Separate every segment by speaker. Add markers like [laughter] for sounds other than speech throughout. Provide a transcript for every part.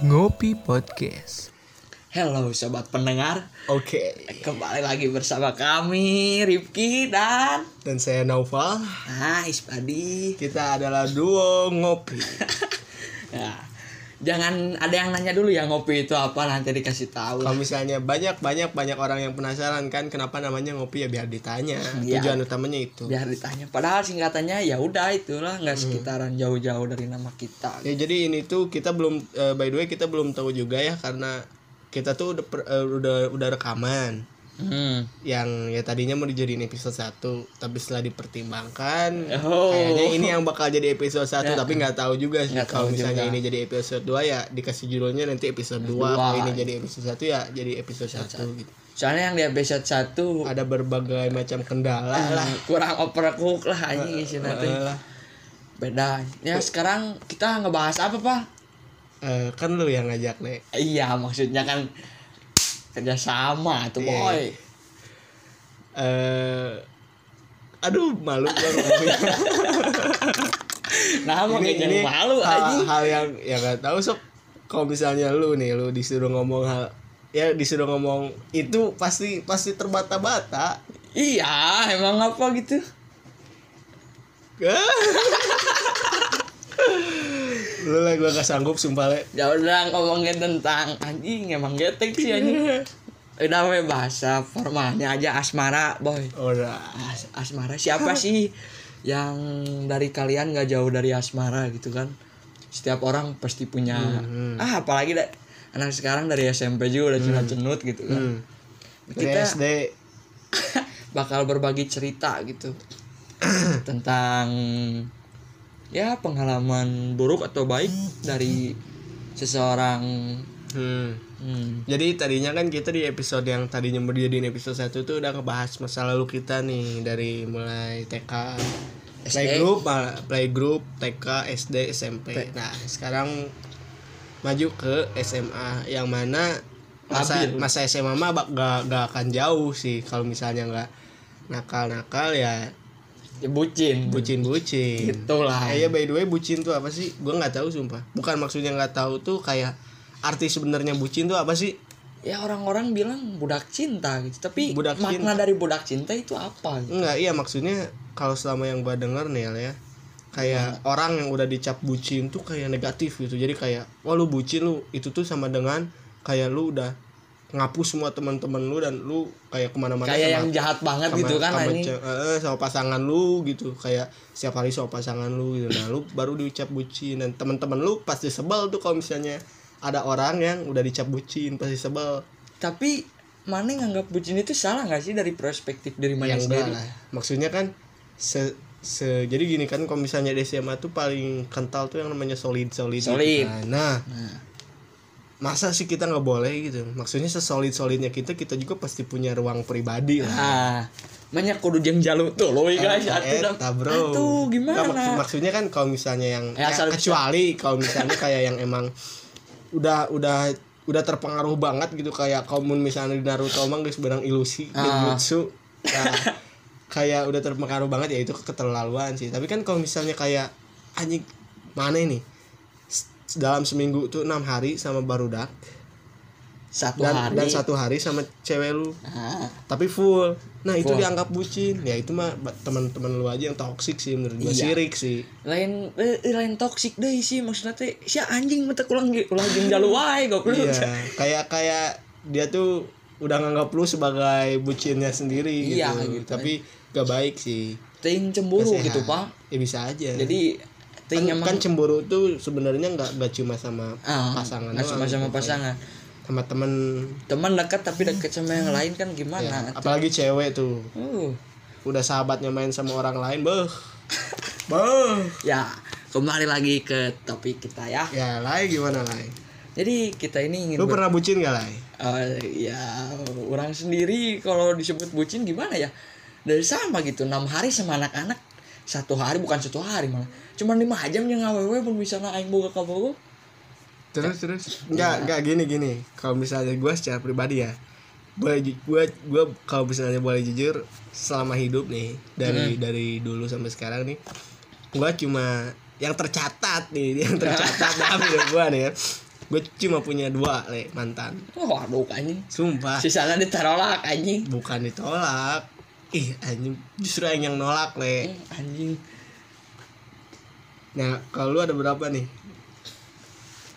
Speaker 1: Kopi Podcast.
Speaker 2: Hello sobat pendengar,
Speaker 1: Oke.
Speaker 2: kembali lagi bersama kami Rifki dan
Speaker 1: Dan saya Naufal.
Speaker 2: Ah Ispadi.
Speaker 1: Kita adalah duo ngopi.
Speaker 2: [laughs] Ya. Jangan ada yang nanya dulu ya ngopi itu apa nanti dikasih tahu.
Speaker 1: Kalau misalnya banyak banyak banyak orang yang penasaran kan kenapa namanya ngopi ya biar ditanya.
Speaker 2: Iya.
Speaker 1: Tujuan utamanya itu.
Speaker 2: Biar ditanya. Padahal singkatannya ya udah itulah nggak sekitaran jauh-jauh dari nama kita.
Speaker 1: Ya jadi ini tuh kita belum eh, by the way kita belum tahu juga ya karena kita tuh udah per- eh, udah udah rekaman
Speaker 2: Hmm.
Speaker 1: yang ya tadinya mau dijadiin episode 1 tapi setelah dipertimbangkan
Speaker 2: Oh. Ya.
Speaker 1: kayaknya ini yang bakal jadi episode 1 tapi nggak tahu juga sih
Speaker 2: Nggak
Speaker 1: kalau
Speaker 2: tahu
Speaker 1: misalnya
Speaker 2: juga.
Speaker 1: ini jadi episode 2 ya dikasih judulnya nanti episode 2
Speaker 2: Dua.
Speaker 1: kalau ini jadi episode 1 ya jadi episode 1 gitu.
Speaker 2: Soalnya yang di episode satu
Speaker 1: Ada berbagai macam kendala lah.
Speaker 2: eh, kurang overcook lah anjing isi nanti.
Speaker 1: lah.
Speaker 2: Beda. Ya sekarang kita ngebahas apa, Pak?
Speaker 1: Eh, kan lu yang ngajak nih.
Speaker 2: Iya, maksudnya kan kerjasama tuh,
Speaker 1: Iya,
Speaker 2: boy.
Speaker 1: iya. Eh aduh malu gua
Speaker 2: [laughs]
Speaker 1: ngomongnya.
Speaker 2: Nah, mau jadi malu
Speaker 1: hal,
Speaker 2: aja.
Speaker 1: hal yang ya nggak tahu sob kalau misalnya lu nih lu disuruh ngomong hal ya disuruh ngomong itu pasti pasti terbata-bata [laughs]
Speaker 2: Iya, emang apa gitu?
Speaker 1: lu lah gua gak sanggup sumpah le
Speaker 2: Ya udah ngomongin tentang anjing emang getek sih
Speaker 1: [laughs]
Speaker 2: anjing. Udah we bahasa formalnya aja asmara, boy.
Speaker 1: ora
Speaker 2: As- asmara siapa sih yang dari kalian gak jauh dari asmara gitu kan? Setiap orang pasti punya
Speaker 1: Hmm.
Speaker 2: ah apalagi da- anak sekarang dari SMP juga udah cenut-cenut gitu kan.
Speaker 1: hmm. dari
Speaker 2: Kita-
Speaker 1: SD
Speaker 2: [laughs] bakal berbagi cerita
Speaker 1: [clears throat]
Speaker 2: gitu tentang ya pengalaman buruk atau baik dari seseorang
Speaker 1: hmm.
Speaker 2: hmm,
Speaker 1: Jadi tadinya kan kita di episode yang tadinya mau dijadiin episode 1 tuh udah ngebahas masa lalu kita nih dari mulai TK,
Speaker 2: SD.
Speaker 1: playgroup, malah- playgroup, TK, SD, SMP. Nah, sekarang maju ke SMA yang mana masa
Speaker 2: Labil.
Speaker 1: masa SMA mah bak- gak, gak akan jauh sih kalau misalnya nggak nakal-nakal ya
Speaker 2: ya bucin Gitu
Speaker 1: bucin-bucin.
Speaker 2: itulah
Speaker 1: Eh, ya by the way bucin tuh apa sih? Gua nggak tahu sumpah. Bukan maksudnya nggak tahu tuh kayak arti sebenarnya bucin tuh apa sih?
Speaker 2: ya orang-orang bilang budak cinta gitu tapi
Speaker 1: Budak
Speaker 2: makna dari budak cinta itu apa gitu?
Speaker 1: Enggak, iya maksudnya kalau selama yang gue denger nih Al, ya kayak
Speaker 2: Hmm.
Speaker 1: orang yang udah dicap bucin tuh kayak negatif gitu. Jadi kayak wah lu bucin lu itu tuh sama dengan kayak lu udah ngapus semua teman-teman lu dan lu kayak kemana-mana
Speaker 2: kayak
Speaker 1: sama-
Speaker 2: yang jahat banget
Speaker 1: sama-
Speaker 2: gitu kan
Speaker 1: sama,
Speaker 2: ini
Speaker 1: ce- eh, sama pasangan lu gitu kayak setiap hari sama pasangan lu gitu nah lu baru diucap bucin dan teman-teman lu pasti sebel tuh kalau misalnya ada orang yang udah dicap bucin pasti sebel
Speaker 2: tapi mana nganggap bucin itu salah nggak sih dari perspektif diri
Speaker 1: Ya
Speaker 2: mana
Speaker 1: enggak
Speaker 2: sendiri
Speaker 1: lah. Maksudnya kan se, se- jadi gini kan kalau misalnya di SMA tuh paling kental tuh yang namanya solid solid. gitu
Speaker 2: Solid.
Speaker 1: kan. Nah,
Speaker 2: Nah.
Speaker 1: masa sih kita nggak boleh gitu? Maksudnya sesolid solidnya kita kita juga pasti punya ruang pribadi lah.
Speaker 2: ah banyak kudu jeng jaluk tuh loh guys Iya, atuh dah-
Speaker 1: Eta bro
Speaker 2: atuh
Speaker 1: Eh,
Speaker 2: gimana
Speaker 1: Nggak, maks- Maksudnya kan kalau misalnya yang
Speaker 2: Ya,
Speaker 1: ya,
Speaker 2: asal bisa.
Speaker 1: Kecuali kalau misalnya kayak yang emang Udah udah udah terpengaruh banget gitu Kayak komun misalnya di Naruto emang guys berang ilusi
Speaker 2: Ah.
Speaker 1: Ninjutsu Nah, Kayak udah terpengaruh banget ya itu keterlaluan sih Tapi kan kalau misalnya kayak Anjing mana ini S- dalam seminggu tuh enam hari sama barudak
Speaker 2: satu
Speaker 1: dan,
Speaker 2: hari
Speaker 1: dan satu hari sama cewek lu
Speaker 2: Ah,
Speaker 1: tapi full nah itu
Speaker 2: Full.
Speaker 1: dianggap bucin ya itu mah ba- teman-teman lu aja yang toksik sih menurut gua
Speaker 2: Iya.
Speaker 1: sirik sih
Speaker 2: lain eh, eh, lain toksik deh sih maksudnya teh si anjing mata ulang ge- ulang jeung
Speaker 1: [laughs]
Speaker 2: jalu wae goblok
Speaker 1: iya kayak kayak dia tuh udah nganggap lu sebagai bucinnya sendiri
Speaker 2: Iya,
Speaker 1: gitu.
Speaker 2: gitu.
Speaker 1: tapi gak baik sih
Speaker 2: ting cemburu
Speaker 1: Nggak
Speaker 2: gitu
Speaker 1: sehat.
Speaker 2: pak
Speaker 1: ya bisa aja
Speaker 2: jadi
Speaker 1: kan,
Speaker 2: ting emang
Speaker 1: kan cemburu tuh sebenarnya nggak nggak cuma sama
Speaker 2: ah,
Speaker 1: pasangan
Speaker 2: nggak
Speaker 1: doang, gitu.
Speaker 2: sama sama pasangan
Speaker 1: sama temen
Speaker 2: teman dekat tapi dekat sama yang lain kan
Speaker 1: ya.
Speaker 2: gimana
Speaker 1: apalagi cewek tuh
Speaker 2: uh
Speaker 1: udah sahabatnya main sama orang lain beuh beuh
Speaker 2: ya kembali lagi ke topik kita ya
Speaker 1: ya lai gimana lai
Speaker 2: jadi kita ini ingin
Speaker 1: lu pernah bucin gak lai
Speaker 2: Eh, ya orang sendiri kalau disebut bucin gimana ya dari sama gitu enam hari sama anak-anak satu hari bukan satu hari malah cuma lima jam yang awewe pun bisa naik boga ka boga
Speaker 1: terus terus nggak nggak gini gini kalau misalnya gue secara pribadi ya gue gue gue kalau misalnya boleh jujur selama hidup nih dari dari dulu sampai sekarang nih [laughs] gue cuma yang tercatat nih yang tercatat dalam hidup gue nih ya gue cuma punya dua le mantan
Speaker 2: Wah, aduh anjing.
Speaker 1: sumpah
Speaker 2: Sisanya ditarolak anjing.
Speaker 1: bukan ditolak ih anjing justru yang yang nolak le
Speaker 2: Eh, Anjing.
Speaker 1: nah kalau lu ada berapa nih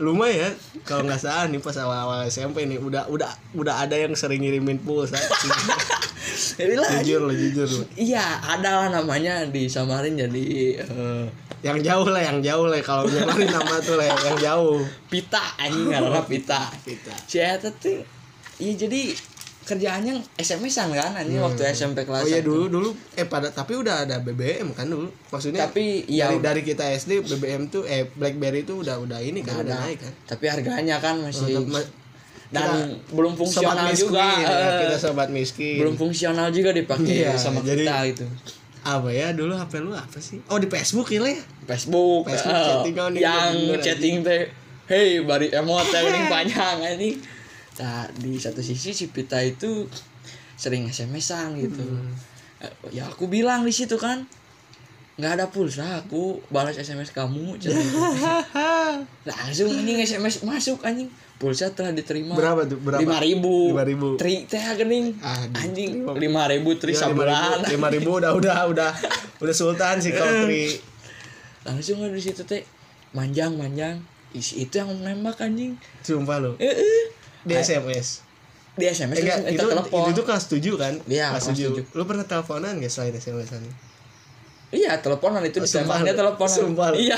Speaker 1: lumayan ya, kalau nggak salah nih pas awal-awal SMP nih udah udah udah ada yang sering ngirimin pulsa
Speaker 2: Jadi lah,
Speaker 1: [laughs]
Speaker 2: anjing.
Speaker 1: jujur lo jujur lo
Speaker 2: Iya, ada lah namanya disamarin jadi eh,
Speaker 1: yang jauh lah yang jauh lah kalau nyamarin nama tuh lah yang jauh
Speaker 2: pita anjing karena
Speaker 1: [laughs]
Speaker 2: pita.
Speaker 1: kita
Speaker 2: Si Eta tuh Iya jadi kerjaannya SMS-an kan anjing waktu SMP
Speaker 1: oh
Speaker 2: kelas.
Speaker 1: iya
Speaker 2: satu.
Speaker 1: dulu dulu eh pada tapi udah ada BBM kan dulu maksudnya
Speaker 2: Tapi iya
Speaker 1: dari, dari kita SD BBM tuh eh BlackBerry tuh udah udah ini kan udah
Speaker 2: Ada.
Speaker 1: naik kan Oh,
Speaker 2: Tapi harganya kan masih
Speaker 1: Tetep ma-
Speaker 2: dan belum fungsional juga.
Speaker 1: ya,
Speaker 2: eh,
Speaker 1: kita sobat miskin
Speaker 2: belum fungsional juga dipakai
Speaker 1: Iya,
Speaker 2: sama
Speaker 1: jadi-
Speaker 2: kita gitu.
Speaker 1: apa ya dulu HP lu apa sih oh di Facebook ya Le?
Speaker 2: Facebook,
Speaker 1: Facebook
Speaker 2: eh,
Speaker 1: chatting kan ini
Speaker 2: yang
Speaker 1: bener-bener aja.
Speaker 2: chatting teh hey bari emot yang paling panjang ini nah di satu sisi si Pita itu sering SMS-an gitu
Speaker 1: Hmm.
Speaker 2: Eh, ya aku bilang di situ kan nggak ada pulsa aku balas SMS kamu chat. langsung anjing SMS masuk anjing pulsa telah diterima
Speaker 1: berapa tuh berapa
Speaker 2: lima ribu
Speaker 1: 5.000.
Speaker 2: tri teh gening
Speaker 1: Aduh,
Speaker 2: anjing lima ribu tri
Speaker 1: Ya,
Speaker 2: sabulan
Speaker 1: 5.000, 5.000 udah udah udah udah sultan sih kalau tri
Speaker 2: langsung ada di situ teh manjang manjang isi itu yang nembak anjing
Speaker 1: sumpah lu
Speaker 2: eh, eh.
Speaker 1: di SMS
Speaker 2: di SMS
Speaker 1: Eh, enggak,
Speaker 2: langsung
Speaker 1: itu,
Speaker 2: itu, telepon
Speaker 1: itu tuh kelas 7 kan?
Speaker 2: Iya,
Speaker 1: kelas 7.
Speaker 2: kelas
Speaker 1: Lu pernah teleponan gak selain SMS-an?
Speaker 2: iya teleponan itu
Speaker 1: Sumpah
Speaker 2: ditembaknya
Speaker 1: lu.
Speaker 2: teleponan
Speaker 1: Sumpah lu.
Speaker 2: iya [laughs]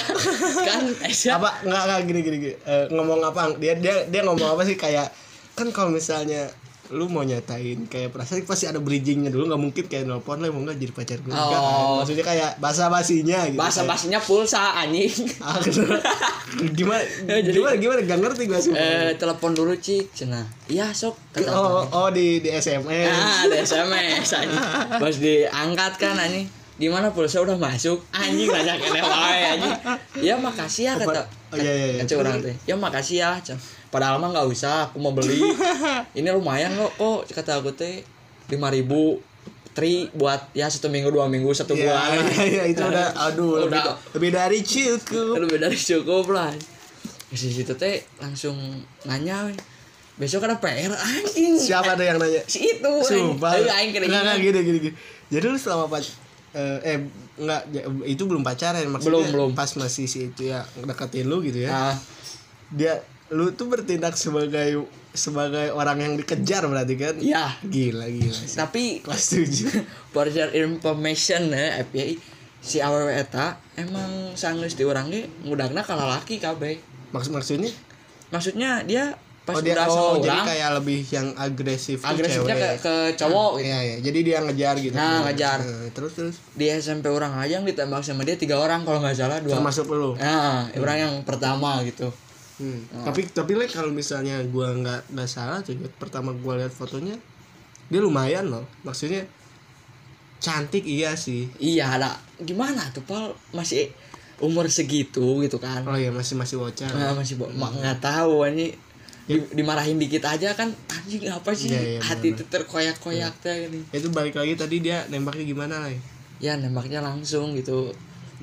Speaker 2: kan Aisyah
Speaker 1: Apa enggak enggak gini gini, gini. Eh, ngomong apa? Dia dia dia ngomong apa sih kayak kan kalau misalnya lu mau nyatain kayak perasaan pasti ada bridgingnya dulu nggak mungkin kayak nelpon lah mau nggak jadi pacar gue Enggak kan?
Speaker 2: Oh.
Speaker 1: maksudnya kayak bahasa basinya gitu
Speaker 2: bahasa
Speaker 1: Kayak,
Speaker 2: bahasanya pulsa anjing
Speaker 1: ah,
Speaker 2: [laughs]
Speaker 1: gimana
Speaker 2: Ya, jadi-
Speaker 1: gimana gimana gak ngerti gue sih
Speaker 2: eh telepon dulu cik cina iya sok kata
Speaker 1: oh, oh di di SMS
Speaker 2: ah ada SMS anjing pas diangkat kan anjing gimana pulsa udah masuk anjing banyak kene wae anjing ya makasih ya kata
Speaker 1: Oh, iya, iya, iya.
Speaker 2: kata orang teh ya makasih ya cen. padahal mah nggak usah aku
Speaker 1: [laughs]
Speaker 2: mau beli ini lumayan kok kok kata aku teh lima ribu tri buat ya satu minggu dua minggu satu
Speaker 1: Iya,
Speaker 2: bulan
Speaker 1: iya, iya, itu
Speaker 2: [laughs]
Speaker 1: udah aduh lebih,
Speaker 2: Udah.
Speaker 1: lebih dari cukup
Speaker 2: lebih dari cukup lah di situ teh langsung nanya "Weh, besok ada PR anjing
Speaker 1: siapa tuh yang nanya
Speaker 2: si itu anjing.
Speaker 1: Sumpah.
Speaker 2: eh. Tapi aing kira
Speaker 1: Enggak, enggak, gitu gini gini gini. Jadi lu selama pac eh, eh enggak ya, itu belum pacaran maksudnya
Speaker 2: Belum, belum.
Speaker 1: pas masih si itu ya deketin lu gitu ya.
Speaker 2: Ah.
Speaker 1: Dia lu tuh bertindak sebagai sebagai orang yang dikejar berarti kan?
Speaker 2: Iya.
Speaker 1: Gila gila. sih.
Speaker 2: Tapi
Speaker 1: Kelas
Speaker 2: [laughs]
Speaker 1: 7.
Speaker 2: for your information ya FYI si awewe eta emang sanggeus diurang ge ngudagna kalah laki kabeh.
Speaker 1: Maksud maksudnya
Speaker 2: Maksudnya dia
Speaker 1: oh
Speaker 2: pas
Speaker 1: dia oh,
Speaker 2: udah sama
Speaker 1: jadi
Speaker 2: urang
Speaker 1: kayak lebih yang agresif ke
Speaker 2: agresifnya ke,
Speaker 1: cewek.
Speaker 2: ke cowok gitu.
Speaker 1: Iya, iya. Jadi dia ngejar gitu.
Speaker 2: Nah, ngejar.
Speaker 1: Eh, terus terus
Speaker 2: Di SMP orang aja yang ditembak sama dia tiga orang kalau nggak salah dua.
Speaker 1: termasuk lu.
Speaker 2: Nah, orang yang pertama gitu.
Speaker 1: Hmm. Tapi tapi like kalau misalnya gua nggak nggak salah tuh Jod, pertama gua lihat fotonya dia lumayan loh. Maksudnya cantik iya sih.
Speaker 2: Iya, ada gimana tuh Pal masih umur segitu gitu kan.
Speaker 1: Oh iya masih masih wajar.
Speaker 2: Nah, masih bo- ma- nggak tahu ini Di- dimarahin dikit aja kan anjing apa sih
Speaker 1: Ya. Iya, iya,
Speaker 2: hati itu terkoyak-koyak teh ini.
Speaker 1: Itu balik lagi tadi dia nembaknya gimana lah?
Speaker 2: ya nembaknya langsung gitu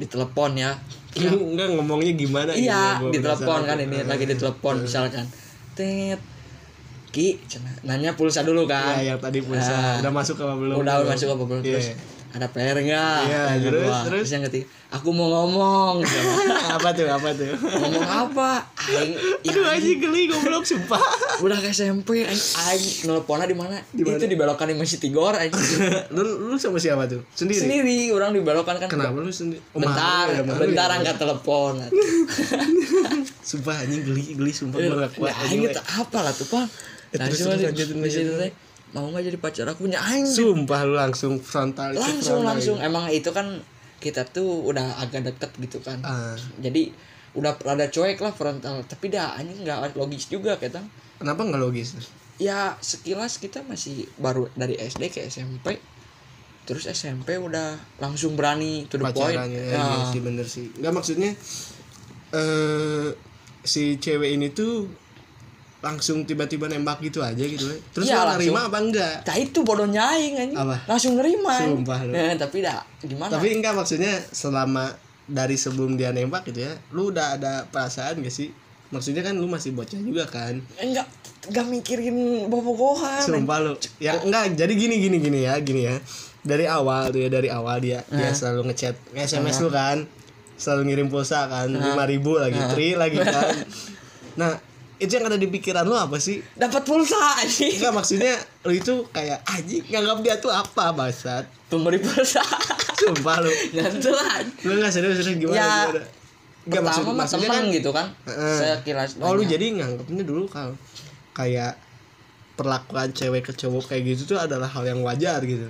Speaker 2: ditelepon ya
Speaker 1: Enggak ngomongnya gimana?
Speaker 2: iya
Speaker 1: gitu, gua
Speaker 2: ditelepon
Speaker 1: penasaran.
Speaker 2: kan ini lagi
Speaker 1: Iya.
Speaker 2: ditelepon misalkan tet ki cenah. nanya pulsa dulu kan
Speaker 1: Iya yang tadi pulsa
Speaker 2: Ah.
Speaker 1: udah masuk apa belum?
Speaker 2: udah masuk apa belum
Speaker 1: Iya.
Speaker 2: terus ada PR nggak
Speaker 1: Iya,
Speaker 2: Yang
Speaker 1: terus,
Speaker 2: kedua.
Speaker 1: terus?
Speaker 2: yang ketiga aku mau ngomong gitu.
Speaker 1: [laughs] apa tuh apa tuh?
Speaker 2: ngomong apa aing ya,
Speaker 1: Aduh anjing geli goblok sumpah.
Speaker 2: udah ke SMP aing aing nelponnya di mana
Speaker 1: Di mana?
Speaker 2: itu di belokan di Masjid Tigor aing
Speaker 1: [laughs] lu lu sama siapa tuh? Sendiri.
Speaker 2: sendiri orang di belokan kan
Speaker 1: Kenapa lu sendiri? Oh,
Speaker 2: bentar
Speaker 1: malu ya, malu ya.
Speaker 2: bentar angkat telepon
Speaker 1: Sumpah anjing geli geli sumpah
Speaker 2: Ya,
Speaker 1: gua enggak kuat.
Speaker 2: nah,
Speaker 1: anjing,
Speaker 2: ini tuh apa lah tuh pak
Speaker 1: Eh, terus,
Speaker 2: langsung
Speaker 1: terus,
Speaker 2: aja
Speaker 1: lanjutin,
Speaker 2: di situ teh mau nggak jadi pacar aku punya aing
Speaker 1: Sumpah lu langsung frontal itu
Speaker 2: langsung
Speaker 1: frontal
Speaker 2: langsung
Speaker 1: gitu.
Speaker 2: emang itu kan kita tuh udah agak deket gitu kan
Speaker 1: Ah.
Speaker 2: jadi udah rada cuek lah frontal tapi dah anjing nggak logis juga kita
Speaker 1: Kenapa nggak logis?
Speaker 2: ya sekilas kita masih baru dari SD ke SMP terus SMP udah langsung berani to the point
Speaker 1: Pacarannya ya,
Speaker 2: Nah,
Speaker 1: iya sih bener sih. Nggak maksudnya eh si cewek ini tuh langsung tiba-tiba nembak gitu aja gitu Le. Terus
Speaker 2: Iya,
Speaker 1: lu nerima
Speaker 2: langsung.
Speaker 1: apa enggak?
Speaker 2: nah itu bodohnya aing anjing
Speaker 1: Apa?
Speaker 2: langsung nerima anjing.
Speaker 1: Sumpah lu.
Speaker 2: Nah, tapi dah gimana
Speaker 1: Tapi enggak maksudnya selama dari sebelum dia nembak gitu ya, lu udah ada perasaan gak sih? maksudnya kan lu masih bocah juga kan
Speaker 2: enggak enggak mikirin bobogohan
Speaker 1: sumpah lu ya enggak jadi gini gini gini ya gini ya dari awal tuh ya dari awal dia dia selalu ngechat sms lu kan selalu ngirim pulsa kan lima ribu lagi tri
Speaker 2: [laughs]
Speaker 1: lagi kan nah itu yang ada di pikiran lu apa sih
Speaker 2: dapat pulsa anjing
Speaker 1: enggak maksudnya lu itu kayak aji nganggap dia tuh apa bangsat
Speaker 2: pemberi pulsa [laughs]
Speaker 1: sumpah lu
Speaker 2: nyantul aja
Speaker 1: lu nggak serius serius gimana
Speaker 2: Ya,
Speaker 1: gimana? Nggak,
Speaker 2: pertama
Speaker 1: maksud-
Speaker 2: mah
Speaker 1: maksudnya
Speaker 2: temen gitu kan
Speaker 1: Heeh.
Speaker 2: saya kira
Speaker 1: Oh lu jadi nganggapnya dulu kalau kayak perlakuan cewek ke cowok kayak gitu tuh adalah hal yang wajar gitu.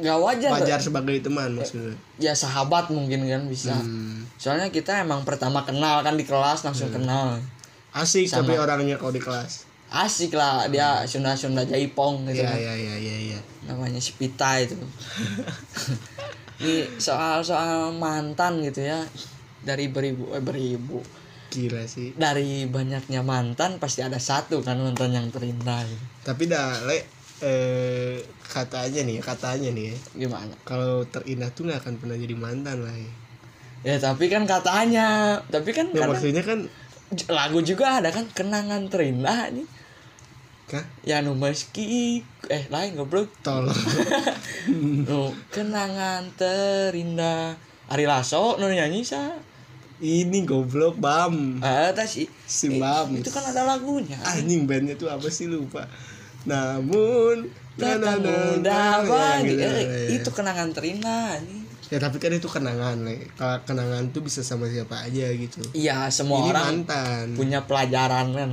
Speaker 2: nggak wajar,
Speaker 1: Wajar sebagai teman maksudnya.
Speaker 2: ya sahabat mungkin kan bisa
Speaker 1: Hmm.
Speaker 2: soalnya kita emang pertama kenal kan di kelas langsung kenal
Speaker 1: Asik tapi orangnya kalau di kelas.
Speaker 2: asik lah dia sunda sunda jaipong gitu
Speaker 1: Hmm. Iya iya
Speaker 2: kan.
Speaker 1: iya iya iya.
Speaker 2: namanya si Pita
Speaker 1: [laughs]
Speaker 2: itu ini soal soal mantan gitu ya dari beribu eh beribu
Speaker 1: Gila sih.
Speaker 2: dari banyaknya mantan pasti ada satu kan mantan yang terindah gitu.
Speaker 1: Tapi dah le eh katanya nih, katanya nih ya.
Speaker 2: gimana
Speaker 1: Kalau terindah tuh nggak akan pernah jadi mantan lah. Ya,
Speaker 2: ya tapi kan katanya tapi kan
Speaker 1: Ya,
Speaker 2: kadang-
Speaker 1: maksudnya kan
Speaker 2: J- lagu juga ada kan kenangan terindah nih
Speaker 1: kah?
Speaker 2: ya nu meski eh lain goblok [laughs]
Speaker 1: Tolong. [laughs]
Speaker 2: nu kenangan terindah Ari Lasso nu nyanyi sa
Speaker 1: Ini goblok bam.
Speaker 2: ah eta sih
Speaker 1: Si
Speaker 2: Eh,
Speaker 1: Bams.
Speaker 2: itu kan ada lagunya
Speaker 1: anjing bandnya tuh apa sih lupa namun na- na- na-
Speaker 2: Tetangga
Speaker 1: na-
Speaker 2: apa
Speaker 1: ya, gitu,
Speaker 2: Eh,
Speaker 1: ya.
Speaker 2: itu kenangan terindah nih
Speaker 1: ya tapi kan itu kenangan Le. Kalau kenangan tuh bisa sama siapa aja gitu
Speaker 2: iya semua
Speaker 1: ini
Speaker 2: orang
Speaker 1: mantan
Speaker 2: punya pelajaran kan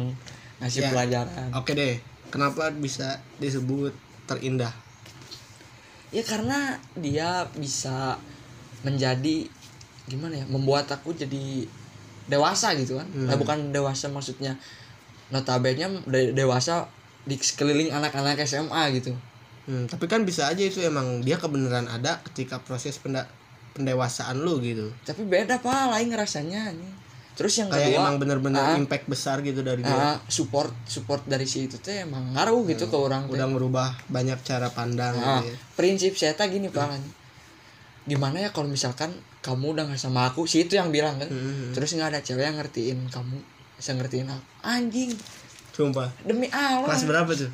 Speaker 2: ngasih
Speaker 1: Ya.
Speaker 2: pelajaran
Speaker 1: oke deh kenapa bisa disebut terindah
Speaker 2: ya karena dia bisa menjadi gimana ya membuat aku jadi dewasa gitu kan
Speaker 1: Hmm.
Speaker 2: Nah, bukan dewasa maksudnya notabene de- dewasa di sekeliling anak-anak SMA gitu
Speaker 1: Hmm, tapi kan bisa aja itu emang dia kebenaran ada ketika proses penda- pendewasaan lu gitu
Speaker 2: tapi beda pak lain ngerasanya nih terus yang
Speaker 1: kayak
Speaker 2: kedua
Speaker 1: emang bener-bener
Speaker 2: ah.
Speaker 1: impact besar gitu dari dia
Speaker 2: ah, support support dari si itu teh emang ngaruh gitu ke orang
Speaker 1: Hmm.
Speaker 2: teh.
Speaker 1: udah merubah banyak cara pandang
Speaker 2: Ah,
Speaker 1: gitu ya.
Speaker 2: prinsip saya teh gini pak gimana ya kalau misalkan kamu udah nggak sama aku si itu yang bilang kan
Speaker 1: Hmm,
Speaker 2: terus nggak ada cewek yang ngertiin kamu saya ngertiin aku anjing
Speaker 1: sumpah
Speaker 2: demi Allah
Speaker 1: kelas
Speaker 2: kelas,
Speaker 1: berapa tuh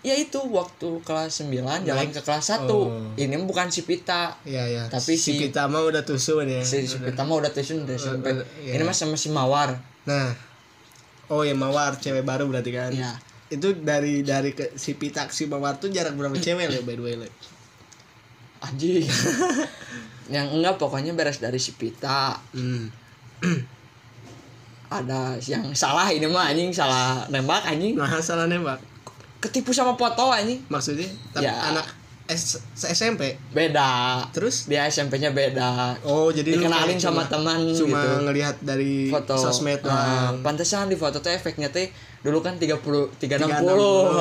Speaker 2: ya itu waktu kelas 9 jalan ke kelas 1
Speaker 1: Oh.
Speaker 2: ini bukan si Pita
Speaker 1: Iya ya.
Speaker 2: Tapi
Speaker 1: si,
Speaker 2: si-
Speaker 1: kita mah udah tusun ya.
Speaker 2: si, si Pita mah udah tusun dari SMP
Speaker 1: eh, iya.
Speaker 2: ini mah sama si Mawar
Speaker 1: Nah. Oh ya Mawar cewek baru berarti kan.
Speaker 2: ya
Speaker 1: Itu dari dari ke, si Pitak si Mawar tuh jarak berapa cewek le by the way le. [laughs]
Speaker 2: anjing yang enggak pokoknya beres dari si Pita
Speaker 1: Hmm.
Speaker 2: ada yang salah ini mah anjing salah nembak anjing
Speaker 1: Nah, salah nembak.
Speaker 2: ketipu sama foto anjing
Speaker 1: Maksudnya tapi
Speaker 2: Ya.
Speaker 1: anak S, se- SMP
Speaker 2: beda
Speaker 1: terus
Speaker 2: dia SMP-nya beda
Speaker 1: Oh, jadi lu
Speaker 2: dikenalin
Speaker 1: kayak
Speaker 2: sama
Speaker 1: cuma-
Speaker 2: teman
Speaker 1: cuma
Speaker 2: gitu
Speaker 1: ngelihat dari
Speaker 2: foto
Speaker 1: sosmed
Speaker 2: Ah,
Speaker 1: doang.
Speaker 2: pantesan di foto tuh efeknya teh dulu kan 30 360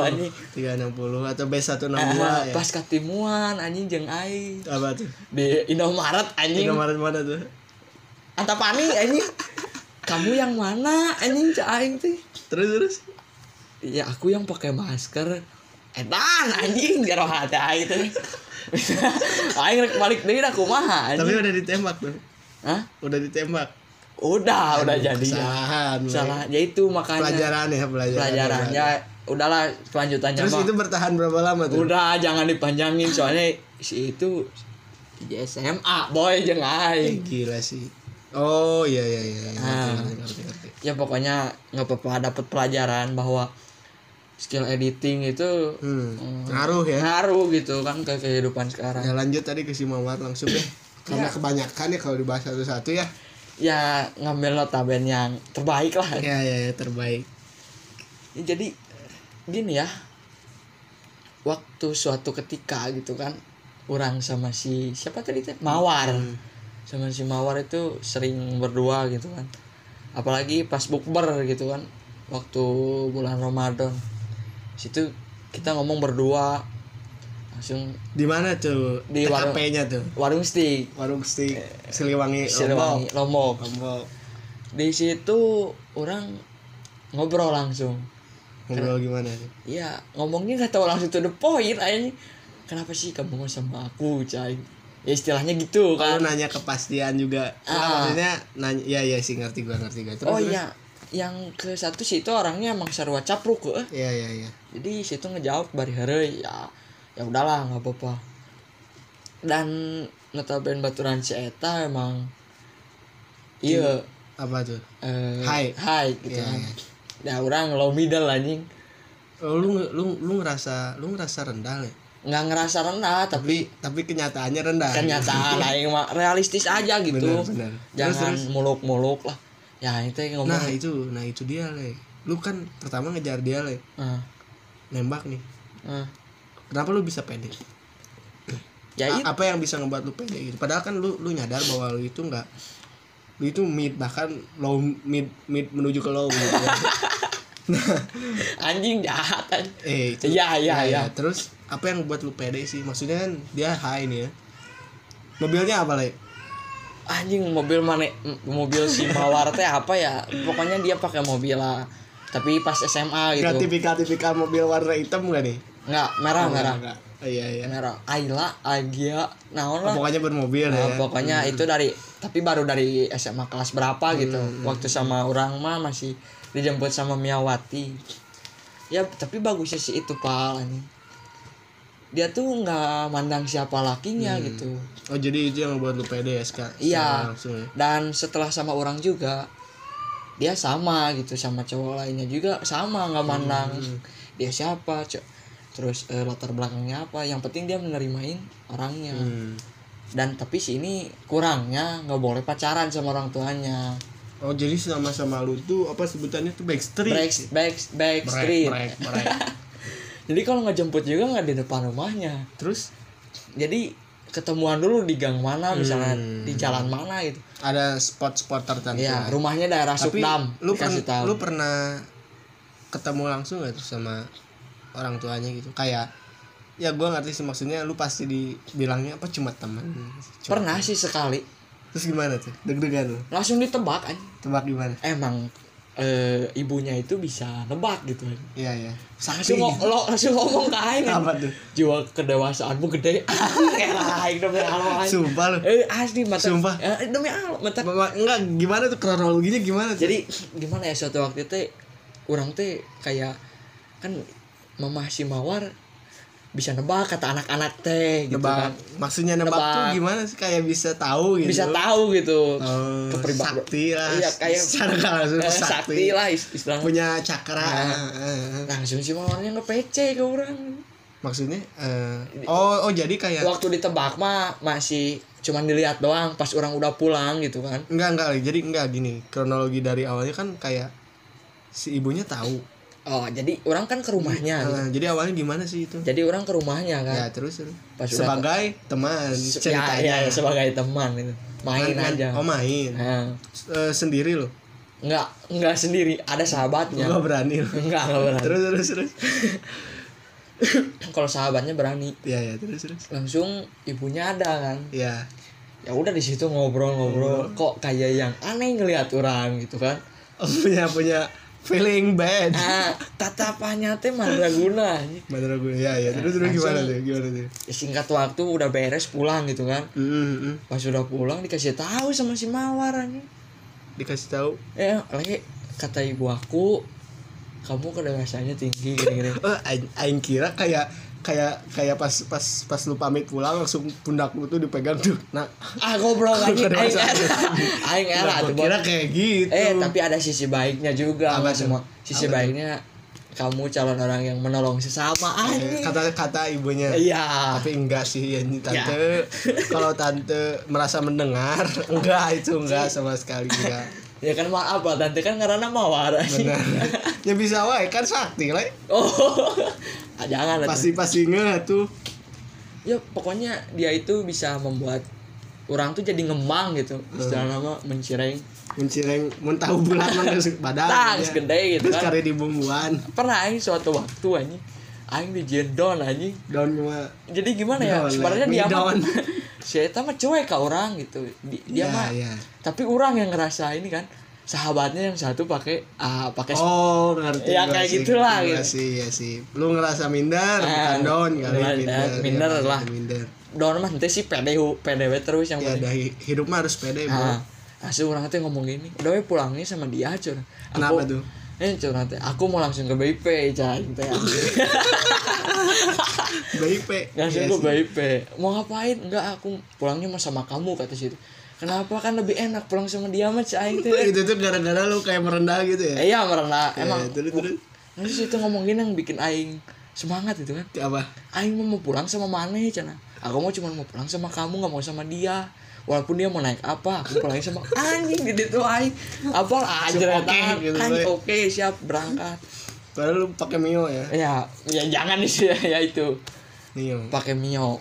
Speaker 2: anjing
Speaker 1: 360 360 atau B162
Speaker 2: Ah,
Speaker 1: ya.
Speaker 2: pas katimuan anjing jeung ai
Speaker 1: Apa tuh?
Speaker 2: di Indomaret anjing
Speaker 1: Indomaret mana tuh?
Speaker 2: antapani anjing kamu yang mana anjing cak aing teh
Speaker 1: Terus terus.
Speaker 2: ya aku yang pakai masker edan anjing jero hati aing teh [laughs] aing rek balik deui da kumaha
Speaker 1: Tapi
Speaker 2: anjing
Speaker 1: udah ditembak tuh.
Speaker 2: Hah?
Speaker 1: Udah ditembak.
Speaker 2: udah udah jadi
Speaker 1: Kesalahan. Le.
Speaker 2: salah ya itu makanya
Speaker 1: pelajaran ya pelajaran.
Speaker 2: pelajarannya udahlah kelanjutannya
Speaker 1: iya. Terus
Speaker 2: mah.
Speaker 1: itu bertahan berapa lama tuh?
Speaker 2: Udah jangan dipanjangin soalnya si itu di SMA boy jeung
Speaker 1: Eh,
Speaker 2: aing.
Speaker 1: gila sih. Oh iya iya iya. iya. Ngerti,
Speaker 2: Ah.
Speaker 1: ngerti, ngerti, ngerti.
Speaker 2: Ya pokoknya nggak apa-apa dapat pelajaran bahwa skill editing itu
Speaker 1: Hmm.
Speaker 2: Oh.
Speaker 1: Ngaruh ya.
Speaker 2: ngaruh gitu kan ke kehidupan sekarang.
Speaker 1: Ya lanjut tadi ke si Mawar langsung deh.
Speaker 2: Iya.
Speaker 1: Karena kebanyakan ya kalau dibahas satu-satu ya.
Speaker 2: Ya ngambil notaben yang terbaik lah.
Speaker 1: Ya ya ya terbaik.
Speaker 2: Ya, Jadi gini ya. Waktu suatu ketika gitu kan orang sama si siapa tadi teh Mawar. sama si Mawar itu sering berdua gitu kan apalagi pas bukber gitu kan waktu bulan Ramadan situ kita ngomong berdua langsung
Speaker 1: Di mana tuh?
Speaker 2: Di warung-
Speaker 1: TKP-nya tuh.
Speaker 2: warung steak
Speaker 1: Warung Stik Siliwangi.
Speaker 2: Siliwangi
Speaker 1: Lombok.
Speaker 2: Lombok
Speaker 1: Lombok.
Speaker 2: di situ orang ngobrol langsung
Speaker 1: Ngobrol gimana nih?
Speaker 2: ya ngomongnya nggak tahu langsung to the point aja kenapa sih kamu mau sama aku cai ya istilahnya gitu
Speaker 1: Kalau
Speaker 2: kan
Speaker 1: nanya kepastian juga. Enggak,
Speaker 2: Ah.
Speaker 1: maksudnya nanya ya ya sih ngerti gua ngerti gua. Terus,
Speaker 2: oh
Speaker 1: terus.
Speaker 2: iya yang ke satu sih itu orangnya emang sarua capruk eh.
Speaker 1: Iya iya iya.
Speaker 2: jadi situ ngejawab bari heureuy ya ya udahlah nggak apa-apa dan notaben baturan si eta emang iya
Speaker 1: Apa tuh?
Speaker 2: eh,
Speaker 1: Hai.
Speaker 2: hai gitu
Speaker 1: Iya,
Speaker 2: kan nah orang low middle anjing
Speaker 1: Oh, lu lu lu ngerasa lu ngerasa rendah ya?
Speaker 2: nggak ngerasa rendah tapi
Speaker 1: Tapi tapi kenyataannya rendah.
Speaker 2: Kan kenyataan aing mah realistis aja gitu
Speaker 1: Benar, benar. Terus,
Speaker 2: jangan muluk-muluk lah ya itu yang ngomong
Speaker 1: Nah, itu nah itu dia, Le. Lu kan pertama ngejar dia, Le.
Speaker 2: Ah,
Speaker 1: Nembak nih.
Speaker 2: ah.
Speaker 1: Kenapa lu bisa pede?
Speaker 2: ya
Speaker 1: A-
Speaker 2: itu
Speaker 1: Ah, apa yang bisa ngebuat lu pede gitu padahal kan lu lu nyadar bahwa lu itu nggak lu itu mid bahkan low mid mid menuju ke low gitu
Speaker 2: [laughs]
Speaker 1: ya. Nah,
Speaker 2: anjing jahat anjing.
Speaker 1: eh itu
Speaker 2: Iya, iya,
Speaker 1: Nah,
Speaker 2: iya.
Speaker 1: terus apa yang buat lu pede sih maksudnya kan dia high nih ya mobilnya apa lagi
Speaker 2: anjing mobil mana m- mobil si mawar teh apa ya pokoknya dia pakai mobil lah tapi pas SMA
Speaker 1: nggak
Speaker 2: gitu
Speaker 1: tipikal tipikal mobil warna hitam gak nih
Speaker 2: Ah, nggak Nah, merah merah
Speaker 1: Nggak. iya iya
Speaker 2: merah Ayla Agia naon
Speaker 1: Oh,
Speaker 2: lah
Speaker 1: pokoknya bermobil
Speaker 2: Nah,
Speaker 1: ya
Speaker 2: pokoknya itu dari tapi baru dari SMA kelas berapa gitu waktu sama orang mah masih dijemput sama Miawati ya tapi bagusnya sih itu pal anjing. dia tuh nggak mandang siapa lakinya gitu
Speaker 1: oh jadi itu yang buat lu pede ya sekarang
Speaker 2: Iya.
Speaker 1: langsung ya
Speaker 2: dan setelah sama orang juga dia sama gitu sama cowok lainnya juga sama nggak mandang dia siapa co- terus eh, latar belakangnya apa yang penting dia menerimain orangnya
Speaker 1: Hmm.
Speaker 2: dan tapi si ini kurangnya nggak boleh pacaran sama orang tuanya
Speaker 1: oh jadi sama sama lu tuh apa sebutannya tuh backstreet
Speaker 2: back back backstreet
Speaker 1: Brek, brek, brek.
Speaker 2: [laughs] jadi kalau ngejemput juga nggak di depan rumahnya
Speaker 1: terus
Speaker 2: jadi ketemuan dulu di gang mana misalnya
Speaker 1: Hmm.
Speaker 2: di jalan mana gitu
Speaker 1: ada spot-spot tertentu lah.
Speaker 2: ya rumahnya daerah
Speaker 1: Iya. tapi
Speaker 2: Sukdam
Speaker 1: lu pern-
Speaker 2: dikasih tahu.
Speaker 1: lu pernah ketemu langsung gak tuh sama orang tuanya gitu kayak ya gua ngerti sih maksudnya lu pasti dibilangnya apa cuma teman Cuma-
Speaker 2: pernah sih sekali
Speaker 1: terus gimana tuh deg-degan lu
Speaker 2: langsung ditebak kan
Speaker 1: tebak gimana
Speaker 2: emang eh, ibunya itu bisa nebak gitu kan
Speaker 1: iya iya
Speaker 2: langsung, ngo- lo, langsung ngomong ke Aing [laughs] kan.
Speaker 1: apa tuh
Speaker 2: jiwa kedewasaanmu gede [laughs] Elah, Aing demi Allah Aing.
Speaker 1: sumpah lu
Speaker 2: eh asli mata
Speaker 1: Sumpah.
Speaker 2: Eh, demi Allah mata
Speaker 1: Ma- ma- enggak gimana tuh kronologinya gimana tuh?
Speaker 2: jadi gimana ya suatu waktu teh orang teh kayak kan mamah si mawar bisa nebak kata anak-anak teh gitu
Speaker 1: nebak
Speaker 2: kan
Speaker 1: maksudnya nebak, tuh
Speaker 2: Nebak.
Speaker 1: gimana sih kayak bisa tahu gitu
Speaker 2: bisa tahu gitu
Speaker 1: Oh,
Speaker 2: Kepribadian.
Speaker 1: sakti lah
Speaker 2: Iya,
Speaker 1: [laughs]
Speaker 2: kayak-
Speaker 1: secara nggak langsung
Speaker 2: Eh,
Speaker 1: sakti.
Speaker 2: sakti lah Nah. is- istilahnya
Speaker 1: punya cakra eh, eh.
Speaker 2: langsung si mawarnya ngepece ke orang
Speaker 1: maksudnya eh, oh oh jadi kayak
Speaker 2: waktu ditebak mah masih cuman dilihat doang pas orang udah pulang gitu kan
Speaker 1: enggak enggak Li. jadi enggak gini kronologi dari awalnya kan kayak si ibunya tahu
Speaker 2: oh jadi orang kan ke rumahnya gitu.
Speaker 1: Eh, jadi awalnya gimana sih itu
Speaker 2: jadi orang ke rumahnya kan
Speaker 1: ya terus terus.
Speaker 2: Pas udah-
Speaker 1: sebagai teman
Speaker 2: Se-
Speaker 1: ceritanya
Speaker 2: ya, ya, sebagai teman gitu main
Speaker 1: Main-
Speaker 2: aja
Speaker 1: oh main
Speaker 2: Nah,
Speaker 1: Eh, sendiri loh
Speaker 2: nggak nggak sendiri ada sahabatnya
Speaker 1: gua berani loh
Speaker 2: nggak nggak Iya. berani
Speaker 1: terus terus terus
Speaker 2: kalau sahabatnya berani
Speaker 1: ya ya terus terus
Speaker 2: langsung ibunya ada kan
Speaker 1: ya
Speaker 2: ya udah di situ ngobrol-ngobrol kok kayak yang aneh ngelihat orang gitu kan
Speaker 1: Oh, punya punya feeling bad
Speaker 2: ah tatapannya teh mandraguna
Speaker 1: Madara gue ya ya terus terus gimana tuh gimana tuh
Speaker 2: Ya, singkat waktu udah beres pulang gitu kan
Speaker 1: Mm, mm, mm.
Speaker 2: pas udah pulang dikasih tahu sama si mawar anjing.
Speaker 1: dikasih tahu
Speaker 2: ya lagi kata ibu aku kamu kedewasaannya tinggi gini-gini
Speaker 1: Eh, aing- aing kira kayak kayak kayak pas pas pas lu pamit pulang langsung pundak lu tuh dipegang tuh. Nah,
Speaker 2: ah goblok lagi aing
Speaker 1: Kedewasaan.
Speaker 2: era aing era
Speaker 1: Nah, gua
Speaker 2: tuh
Speaker 1: kira
Speaker 2: Bang.
Speaker 1: kayak gitu.
Speaker 2: eh tapi ada sisi baiknya juga
Speaker 1: Apa
Speaker 2: nggak
Speaker 1: tuh?
Speaker 2: semua
Speaker 1: Apa
Speaker 2: sisi
Speaker 1: tuh?
Speaker 2: baiknya kamu calon orang yang menolong sesama
Speaker 1: Eh,
Speaker 2: anjing
Speaker 1: kata-kata ibunya.
Speaker 2: iya
Speaker 1: Tapi enggak sih ya ini tante. Kalau tante merasa
Speaker 2: [laughs]
Speaker 1: mendengar, enggak itu enggak sama sekali enggak.
Speaker 2: ya kan maaf lah tante kan karena mawar anjing.
Speaker 1: Benar. ya bisa wae kan sakti lah.
Speaker 2: [laughs] oh ah, jangan lah tuh.
Speaker 1: Pasti pasti nge tuh.
Speaker 2: ya pokoknya dia itu bisa membuat orang tuh jadi ngembang gitu istilah nama mencireng
Speaker 1: Mencireng mun tahu bulan mah geus badan.
Speaker 2: Tah,
Speaker 1: ya.
Speaker 2: geus gede gitu
Speaker 1: Terus
Speaker 2: kan.
Speaker 1: kari di bumbuan.
Speaker 2: pernah aing suatu waktu anjing aing di jendon anjing
Speaker 1: Daun cuma
Speaker 2: jadi gimana ya
Speaker 1: Down,
Speaker 2: sebenarnya
Speaker 1: like, me
Speaker 2: dia mah
Speaker 1: down.
Speaker 2: [laughs] si Eta mah cuek ke orang gitu Di- dia
Speaker 1: Ya,
Speaker 2: mah
Speaker 1: ya.
Speaker 2: tapi orang yang ngerasa ini kan sahabatnya yang satu pakai ah pakai
Speaker 1: Oh ngerti
Speaker 2: Ya,
Speaker 1: gua
Speaker 2: kayak
Speaker 1: sih,
Speaker 2: gitulah,
Speaker 1: gua
Speaker 2: gitu.
Speaker 1: sih ya sih lu ngerasa minder
Speaker 2: Ah,
Speaker 1: bukan down kali
Speaker 2: ngerasa-
Speaker 1: minder
Speaker 2: minder
Speaker 1: ya,
Speaker 2: lah.
Speaker 1: minder
Speaker 2: daun mah nanti sih pede hu- pede we terus yang
Speaker 1: ya
Speaker 2: penting.
Speaker 1: dari hidup mah harus pede bro
Speaker 2: Ah, asli orang teh ngomong gini, udah we pulangnya sama dia cur. Aku-
Speaker 1: Kenapa tuh?
Speaker 2: Eh cur nanti, aku mau langsung ke BIP cah,
Speaker 1: [laughs]
Speaker 2: teh.
Speaker 1: BIP
Speaker 2: langsung
Speaker 1: Iya
Speaker 2: ke
Speaker 1: sih.
Speaker 2: BIP. Mau ngapain? Enggak, aku pulangnya mau sama kamu kata situ. Kenapa kan lebih enak pulang sama dia mah cah teh.
Speaker 1: itu tuh gara-gara lu kayak merendah gitu ya
Speaker 2: Iya merana, emang.
Speaker 1: Eh, terus terus
Speaker 2: Nah, Terus itu ngomong gini yang bikin aing semangat itu kan.
Speaker 1: apa
Speaker 2: Aing mah mau pulang sama mana cina Aku mau cuma mau pulang sama kamu nggak mau sama dia Walaupun dia mau naik apa Aku pulangnya sama [laughs] anjing di itu aing Apa aja
Speaker 1: Oke,
Speaker 2: okay,
Speaker 1: gitu,
Speaker 2: Anjing
Speaker 1: Bay.
Speaker 2: oke siap berangkat
Speaker 1: padahal lu pakai mio ya
Speaker 2: Ya ya jangan [laughs] sih ya itu
Speaker 1: mio
Speaker 2: pakai Mio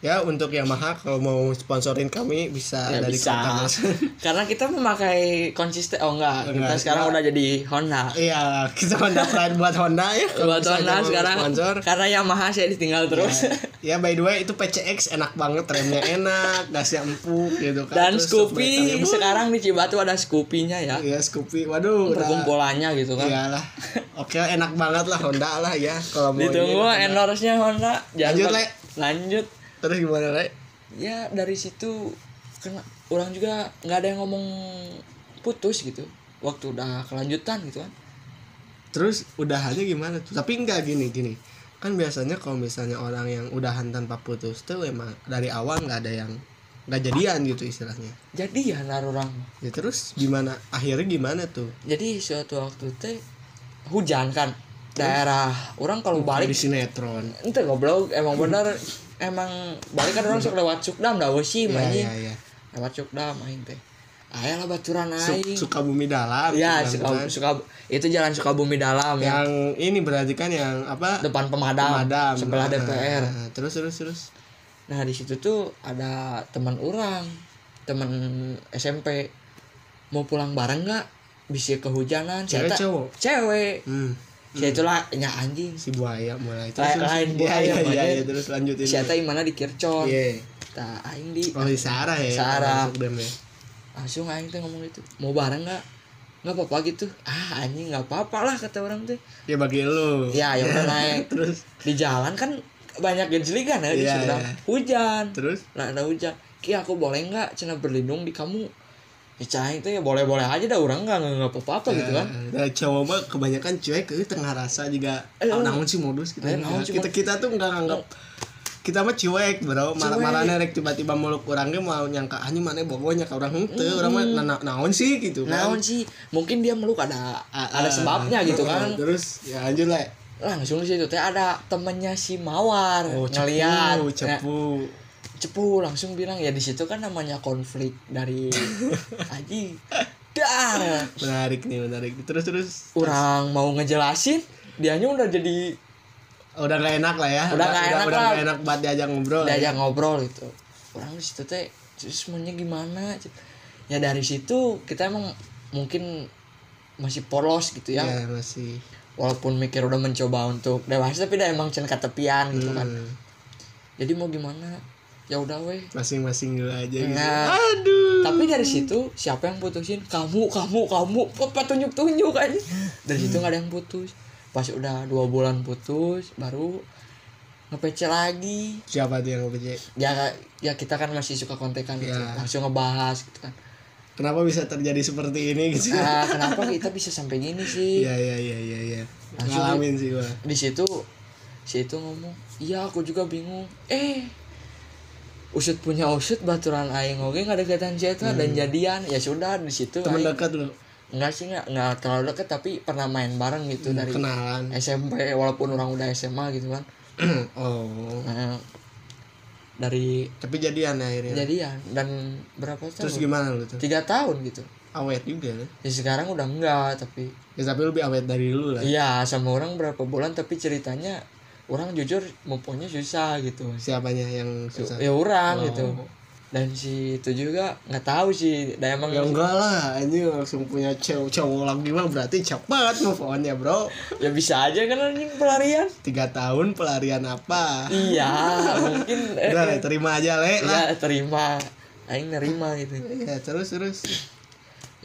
Speaker 1: ya untuk Yamaha kalau mau sponsorin kami bisa Ah,
Speaker 2: ya
Speaker 1: dari
Speaker 2: bisa
Speaker 1: kontak langsung.
Speaker 2: [laughs]
Speaker 1: [laughs]
Speaker 2: Karena kita memakai konsisten Oh enggak,
Speaker 1: Enggak,
Speaker 2: Kita sekarang
Speaker 1: enggak.
Speaker 2: udah jadi Honda
Speaker 1: iya kita Honda Pride buat Honda ya kalau
Speaker 2: Buat
Speaker 1: misalnya
Speaker 2: Honda
Speaker 1: mau
Speaker 2: sekarang
Speaker 1: sponsor
Speaker 2: Karena Yamaha saya ditinggal terus [laughs]
Speaker 1: ya by the way itu PCX enak banget remnya enak gasnya empuk gitu kan
Speaker 2: Dan
Speaker 1: Terus
Speaker 2: Scoopy
Speaker 1: subwoofernya-
Speaker 2: sekarang di Cibatu ada Scoopy-nya ya
Speaker 1: ya Scoopy waduh udah
Speaker 2: Perkumpulannya gitu kan
Speaker 1: iyalah oke enak banget lah Honda lah ya kalau mau
Speaker 2: Ditunggu
Speaker 1: ini.
Speaker 2: endorse-nya Honda. Jangan
Speaker 1: Lanjut,
Speaker 2: pak-
Speaker 1: Le.
Speaker 2: Lanjut.
Speaker 1: terus gimana Le?
Speaker 2: Ya dari situ kena orang juga nggak ada yang ngomong putus gitu. Waktu udah kelanjutan gitu kan.
Speaker 1: terus udahannya gimana tuh tapi enggak gini gini kan biasanya kalau misalnya orang yang udahan tanpa putus tuh emang dari awal nggak ada yang nggak jadian gitu istilahnya
Speaker 2: Jadi ya naruh orang.
Speaker 1: ya terus gimana akhirnya gimana tuh
Speaker 2: Jadi suatu waktu teh hujan kan. Daerah orang
Speaker 1: di
Speaker 2: kalau balik
Speaker 1: sinetron
Speaker 2: ente goblok emang bener emang balik kan orang suka lewat Sukdam dah sih
Speaker 1: ya ya
Speaker 2: anjing.
Speaker 1: ya
Speaker 2: Lewat Sukdam aing teh. Aya lah baturan aing.
Speaker 1: Su- Sukabumi dalam
Speaker 2: Ya,
Speaker 1: gitu
Speaker 2: suka,
Speaker 1: kan.
Speaker 2: suka, itu jalan Sukabumi dalam ya.
Speaker 1: yang ini berarti kan yang apa
Speaker 2: depan pemadam,
Speaker 1: Madam Nah,
Speaker 2: sebelah DPR.
Speaker 1: nah, terus terus terus
Speaker 2: Nah di situ tuh ada teman orang, teman SMP mau pulang bareng nggak? Bisa kehujanan,
Speaker 1: cewek
Speaker 2: saya tak-
Speaker 1: cowok
Speaker 2: cewek.
Speaker 1: hmm.
Speaker 2: Saya itulah nya anjing.
Speaker 1: si buaya mulai
Speaker 2: Lain-
Speaker 1: terus
Speaker 2: lain
Speaker 1: Iya,
Speaker 2: buaya,
Speaker 1: iya, iya,
Speaker 2: makanya.
Speaker 1: iya, terus lanjutin
Speaker 2: Saya teh mana di Kircon.
Speaker 1: Iya.
Speaker 2: Tah, aing di
Speaker 1: oh si Sarah ya
Speaker 2: Sarah.
Speaker 1: masuk dem ya.
Speaker 2: langsung aing teh ngomong itu mau bareng nggak? Nggak apa-apa gitu. Ah anjing nggak apa-apa lah kata orang teh.
Speaker 1: ya bagi lu
Speaker 2: Ya yang
Speaker 1: [laughs]
Speaker 2: naik
Speaker 1: terus
Speaker 2: di jalan kan banyak gejlikan ya di
Speaker 1: Iya,
Speaker 2: Sunda.
Speaker 1: iya.
Speaker 2: Hujan.
Speaker 1: terus
Speaker 2: Nah, ada hujan. Ki aku boleh nggak cina berlindung di kamu? Ya cah itu ya boleh-boleh aja dah orang nggak nggak apa-apa gitu kan.
Speaker 1: Nah, cowok mah kebanyakan cuek itu tengah rasa juga
Speaker 2: Eh,
Speaker 1: ah, naon sih modus kita
Speaker 2: eh,
Speaker 1: juga.
Speaker 2: naon sih
Speaker 1: kita kita tuh nggak nganggap kita mah cuek bro malah
Speaker 2: Cuek.
Speaker 1: malah rek tiba-tiba muluk orangnya mau nyangka anjing mana bogonya ke orang henteu orang mah na- na- naon sih gitu kan
Speaker 2: Mm. Naon sih? Nah, Mungkin dia meluk ada
Speaker 1: Ah,
Speaker 2: ada
Speaker 1: ah.
Speaker 2: sebabnya gitu kan.
Speaker 1: terus ya lanjut lah
Speaker 2: Langsung di situ teh ada temennya si Mawar
Speaker 1: oh cepu
Speaker 2: ngeliat Nah,
Speaker 1: cepu
Speaker 2: cepu langsung bilang ya di situ kan namanya konflik
Speaker 1: [laughs]
Speaker 2: dari Aji. Dar.
Speaker 1: menarik nih menarik terus terus
Speaker 2: Orang mau ngejelasin, dianya udah jadi
Speaker 1: udah gak enak lah ya
Speaker 2: Udah nggak enak
Speaker 1: udah
Speaker 2: lah.
Speaker 1: gak enak banget diajak ngobrol ya.
Speaker 2: diajak ngobrol gitu orang di situ teh terus maunya gimana ya dari situ kita emang mungkin masih polos gitu
Speaker 1: ya, ya
Speaker 2: ya
Speaker 1: masih
Speaker 2: walaupun mikir udah mencoba untuk dewasa tapi udah emang cen ketepian gitu kan
Speaker 1: Hmm.
Speaker 2: jadi mau gimana ya udah weh
Speaker 1: masing-masing dulu aja gitu
Speaker 2: Nah.
Speaker 1: aduh
Speaker 2: tapi dari situ siapa yang putusin kamu kamu kamu papa tunjuk tunjuk aja dari situ nggak ada yang putus pas udah dua bulan putus baru ngepece lagi
Speaker 1: siapa tuh yang ngebece
Speaker 2: ya ya kita kan masih suka kontekan gitu
Speaker 1: Ya.
Speaker 2: langsung ngebahas gitu kan
Speaker 1: kenapa bisa terjadi seperti ini gitu
Speaker 2: Ah, kenapa kita bisa sampai gini sih
Speaker 1: Iya iya iya iya iya.
Speaker 2: Langsung
Speaker 1: Ngalamin sih gua.
Speaker 2: di situ si itu ngomong iya aku juga bingung eh usut punya usut baturan aing oke nggak deketan si Eta dan jadian ya sudah di situ
Speaker 1: Hmm. Temen
Speaker 2: aing-
Speaker 1: dekat lu
Speaker 2: nggak sih nggak nggak terlalu deket tapi pernah main bareng
Speaker 1: Hmm,
Speaker 2: gitu dari
Speaker 1: kenalan. [clears throat]
Speaker 2: SMP walaupun orang udah SMA gitu kan
Speaker 1: oh.
Speaker 2: Nah, dari
Speaker 1: Tapi jadian akhirnya.
Speaker 2: jadian dan berapa
Speaker 1: Iya. Terus
Speaker 2: tahun
Speaker 1: gimana lu tuh?
Speaker 2: tiga tahun gitu
Speaker 1: Awet juga lu.
Speaker 2: ya sekarang udah enggak tapi
Speaker 1: Ya tapi lebih awet dari lu lah.
Speaker 2: iya sama orang berapa bulan tapi ceritanya orang jujur mumpungnya susah gitu
Speaker 1: Siapanya yang susah?
Speaker 2: ya orang
Speaker 1: Wow.
Speaker 2: gitu dan si itu juga nggak tahu sih dan emang
Speaker 1: Ya enggak lah, anjing langsung punya cowok, cowok lagi mah berarti cepat move on ya bro
Speaker 2: ya bisa aja kan anjing pelarian
Speaker 1: Tiga tahun pelarian apa? [laughs]
Speaker 2: iya mungkin eh,
Speaker 1: Udah Le, terima aja le lah
Speaker 2: ya terima aing nerima gitu
Speaker 1: Ya terus terus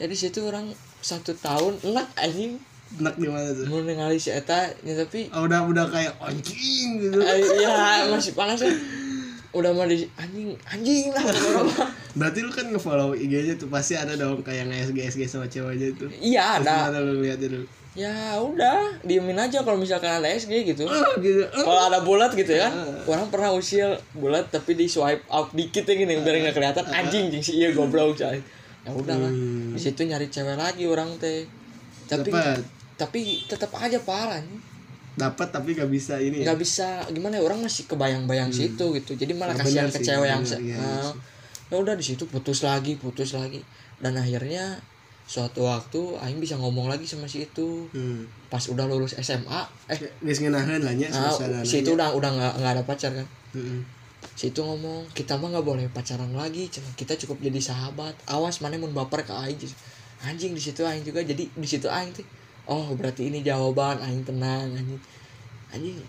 Speaker 2: jadi situ orang satu tahun enak anjing
Speaker 1: Enak gimana tuh? Ah,
Speaker 2: mau ningali si Eta ya tapi
Speaker 1: Oh, udah udah kayak anjing gitu
Speaker 2: eh, ya masih panas ya udah mah di anjing anjing
Speaker 1: [laughs]
Speaker 2: lah kata orang mah.
Speaker 1: Berarti lu kan nge-follow IG-nya tuh pasti ada dong kayak nge-SG SG sama ceweknya itu.
Speaker 2: iya
Speaker 1: Terus
Speaker 2: ada
Speaker 1: gimana lu lihat dulu.
Speaker 2: ya udah diemin aja kalau misalkan ada SG gitu
Speaker 1: Ah, gitu. Ah.
Speaker 2: kalau ada bulat gitu ya kan orang pernah usil bulat tapi di swipe out dikit ya gini biar nggak kelihatan anjing anjing si iya goblok coy ya udah lah
Speaker 1: Hmm.
Speaker 2: di situ nyari cewek lagi orang teh tapi
Speaker 1: Dapat.
Speaker 2: tapi tetap aja parah nih
Speaker 1: Dapat tapi gak bisa ini. ya.
Speaker 2: nggak bisa gimana ya orang masih kebayang-bayang situ gitu jadi malah
Speaker 1: Ya,
Speaker 2: kasihan
Speaker 1: benar
Speaker 2: ke
Speaker 1: Hmm. sih,
Speaker 2: cewek yang
Speaker 1: benar,
Speaker 2: se-
Speaker 1: iya, iya
Speaker 2: Ah. ya udah di situ putus lagi putus lagi dan akhirnya suatu waktu Aing bisa ngomong lagi sama si itu
Speaker 1: Hmm.
Speaker 2: pas udah lulus SMA eh
Speaker 1: Geus ngeunaheun lah nya
Speaker 2: ah,
Speaker 1: suasana ya. Hmm.
Speaker 2: si itu
Speaker 1: nya.
Speaker 2: udah udah nggak nggak ada pacar kan
Speaker 1: Heeh.
Speaker 2: si itu ngomong kita mah nggak boleh pacaran lagi cuma kita cukup jadi sahabat awas mana mau baper ke aing anjing di situ aing juga jadi di situ aing tuh oh berarti ini jawaban aing tenang anjing anjing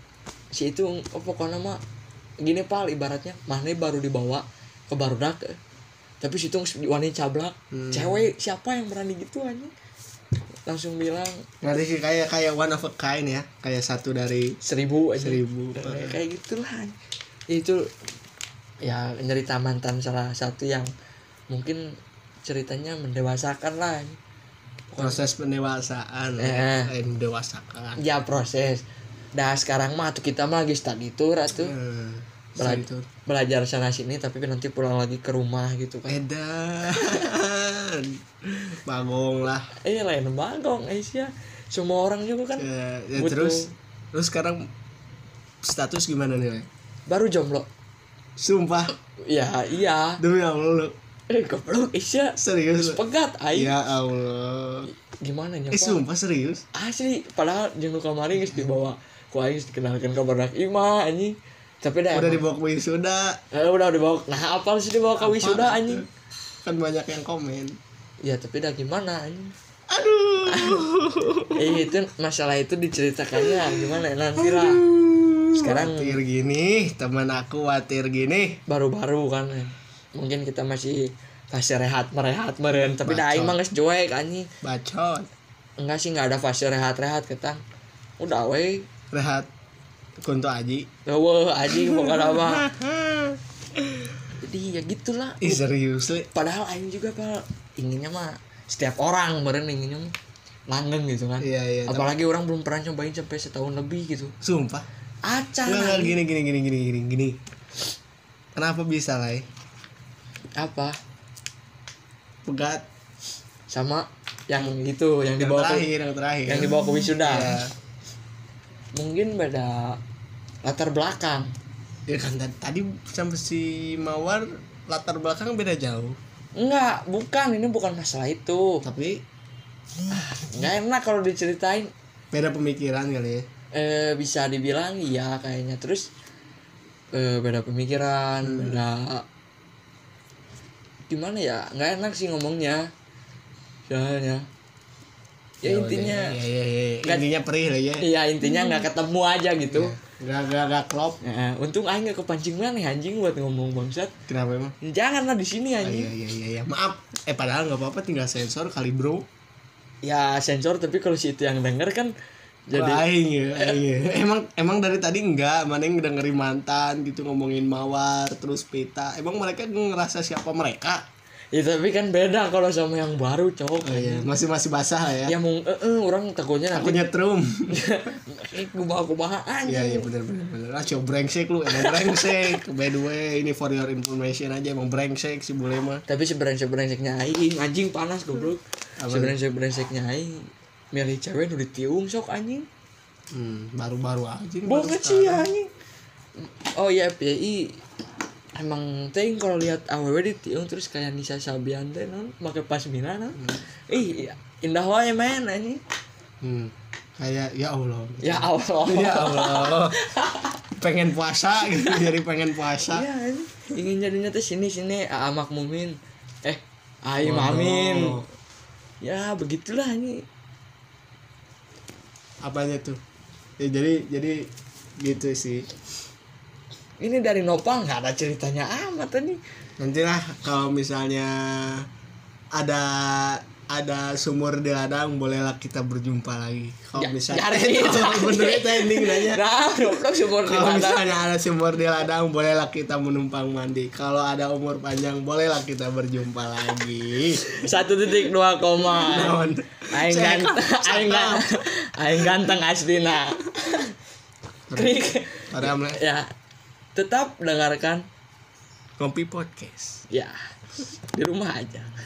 Speaker 2: si itu oh, pokoknya mah gini pal ibaratnya mana baru dibawa ke barudak eh. tapi situ wani cablak
Speaker 1: Hmm.
Speaker 2: cewek siapa yang berani gitu anjing langsung bilang
Speaker 1: Berarti sih kayak kayak one of a kind ya, kayak satu dari
Speaker 2: seribu aja
Speaker 1: seribu.
Speaker 2: Kayak- kayak gitulah ya itu ya cerita mantan salah satu yang mungkin ceritanya mendewasakan lah
Speaker 1: Proses pendewasaan,
Speaker 2: Eh.
Speaker 1: eh. mendewasakan.
Speaker 2: ya proses dah sekarang mah tuh kita mah lagi study tour atuh
Speaker 1: Hmm.
Speaker 2: Belaj-
Speaker 1: Itu.
Speaker 2: belajar sana sini tapi nanti pulang lagi ke rumah gitu kan
Speaker 1: Edan. [laughs] Bagong lah.
Speaker 2: eh lain bagong Aisyah semua orang juga kan
Speaker 1: Ya, ya
Speaker 2: Butuh.
Speaker 1: terus terus sekarang status gimana nih? Le?
Speaker 2: baru jomblo
Speaker 1: Sumpah
Speaker 2: ya iya
Speaker 1: demi Allah lu
Speaker 2: eh goblok Aisyah
Speaker 1: serius. lu?
Speaker 2: pegat aing
Speaker 1: Ya Allah.
Speaker 2: gimana
Speaker 1: Eh
Speaker 2: nyoba
Speaker 1: sumpah serius.
Speaker 2: asli padahal jeung nu kamari geus dibawa ku aing geus dikenalkeun ka barudak imah anjing tapi dah
Speaker 1: Udah
Speaker 2: udah,
Speaker 1: dibawa ke wisuda.
Speaker 2: udah dibawa nah apa sih dibawa ka wisuda
Speaker 1: Apaan
Speaker 2: anjing
Speaker 1: tuh? Kan banyak yang komen.
Speaker 2: ya tapi dah gimana anjing
Speaker 1: Aduh.
Speaker 2: eh itu masalah itu diceritakannya gimana ya, nanti lah Sekarang-
Speaker 1: watir gini, teman aku watir gini.
Speaker 2: baru-baru kan eh. mungkin kita masih fase rehat merehat meren tapi dah aing mah geus joek anjing
Speaker 1: Bacot.
Speaker 2: enggak sih enggak ada fase rehat-rehat ketang udah we
Speaker 1: Rehat. Kunto
Speaker 2: [laughs]
Speaker 1: Aji.
Speaker 2: Wah, anjing bukan
Speaker 1: [laughs]
Speaker 2: apa. Jadi ya gitulah.
Speaker 1: Ih serius, Le.
Speaker 2: padahal aing juga pal inginnya mah setiap orang meren inginnya mah langgeng gitu kan
Speaker 1: Iya, iya. tapi-
Speaker 2: apalagi orang belum pernah nyobain sampai setahun lebih gitu
Speaker 1: Sumpah.
Speaker 2: acah
Speaker 1: Enggak, enggak,
Speaker 2: anjing.
Speaker 1: gini, gini, gini, gini, gini, gini. Kenapa bisa, Le?
Speaker 2: apa
Speaker 1: Pegat.
Speaker 2: sama yang itu yang
Speaker 1: Yang
Speaker 2: dibawa ke,
Speaker 1: terakhir, yang terakhir.
Speaker 2: yang dibawa ke wisuda
Speaker 1: Ya,
Speaker 2: mungkin beda latar belakang
Speaker 1: ya kan tadi- tadi sama si Mawar latar belakang beda jauh.
Speaker 2: enggak bukan ini bukan masalah itu
Speaker 1: Tapi
Speaker 2: enggak enak kalau diceritain
Speaker 1: beda pemikiran kali ya.
Speaker 2: eh bisa dibilang iya kayaknya terus eh, beda pemikiran
Speaker 1: Hmm.
Speaker 2: beda gimana ya nggak enak sih ngomongnya soalnya ya, intinya
Speaker 1: Ya, ya, ya, ya.
Speaker 2: Nggak-
Speaker 1: Intinya perih lah ya.
Speaker 2: iya intinya nggak ketemu aja gitu
Speaker 1: Gak, gak, gak klop.
Speaker 2: Eh, untung aing nggak kepancing mana ya, anjing buat ngomong bangsat
Speaker 1: Kenapa emang?
Speaker 2: janganlah di sini
Speaker 1: Ah, Iya,
Speaker 2: anjing
Speaker 1: iya, iya, iya. Maaf. Eh padahal nggak apa-apa tinggal sensor kali bro. Iya.
Speaker 2: ya sensor tapi kalau si itu yang denger kan
Speaker 1: Jadi
Speaker 2: jadi
Speaker 1: aing ya, aing ya. [laughs] Emang emang dari tadi enggak, mana yang dengerin mantan gitu ngomongin mawar terus pita. Emang mereka ngerasa siapa mereka?
Speaker 2: ya tapi kan beda kalau sama yang baru cowok
Speaker 1: Oh, iya. Masih masih basah lah ya.
Speaker 2: ya mau eh, eh, orang takutnya
Speaker 1: Aku
Speaker 2: nanti
Speaker 1: nyetrum.
Speaker 2: gue bawa gue bawa
Speaker 1: [laughs]
Speaker 2: anjing
Speaker 1: Iya iya benar benar benar. Ah cowok brengsek lu, emang brengsek. By the way, ini for your information aja emang brengsek si bule mah.
Speaker 2: tapi seberengsek berengseknya aing anjing panas goblok seberengsek berengseknya aing milih cewek udah ditiung sok anjing
Speaker 1: Hmm, baru-baru aja. nih, baru
Speaker 2: banget
Speaker 1: sekarang.
Speaker 2: sih ya, anjing oh iya FPI emang ting kalau lihat aww ditiung terus kayak Nisa Sabian teh non pakai pasmina non ih iya. indah wae men anjing
Speaker 1: Hmm. Kayak ya Allah.
Speaker 2: ya
Speaker 1: [laughs]
Speaker 2: Allah
Speaker 1: Ya Allah. [laughs] pengen puasa gitu, jadi pengen puasa.
Speaker 2: Iya, anjing. ingin jadinya tuh sini sini A- amak mumin eh ayo mamin
Speaker 1: Oh,
Speaker 2: ya begitulah ini
Speaker 1: apanya tuh? Ya, jadi jadi gitu sih.
Speaker 2: ini dari Nopal nggak ada ceritanya amat ini
Speaker 1: Nantilah kalau misalnya ada ada sumur di ladang bolehlah kita berjumpa lagi kalau
Speaker 2: Ya,
Speaker 1: misalnya
Speaker 2: jangan gitu.
Speaker 1: bener [laughs] itu ending nanya
Speaker 2: Nah, goblok sumur [laughs]
Speaker 1: Iya.
Speaker 2: di
Speaker 1: kalau
Speaker 2: ladang.
Speaker 1: misalnya ada sumur di ladang bolehlah kita menumpang mandi kalau ada umur panjang bolehlah kita berjumpa
Speaker 2: [laughs]
Speaker 1: lagi
Speaker 2: Satu titik dua koma.
Speaker 1: Naon?
Speaker 2: Aing
Speaker 1: Saya
Speaker 2: ganteng,
Speaker 1: kan-
Speaker 2: aing ganteng, aing ganteng
Speaker 1: [laughs]
Speaker 2: aslinya. Krik.
Speaker 1: Padahal mulai
Speaker 2: Ya, tetap dengarkan
Speaker 1: ngopi podcast
Speaker 2: ya di rumah aja.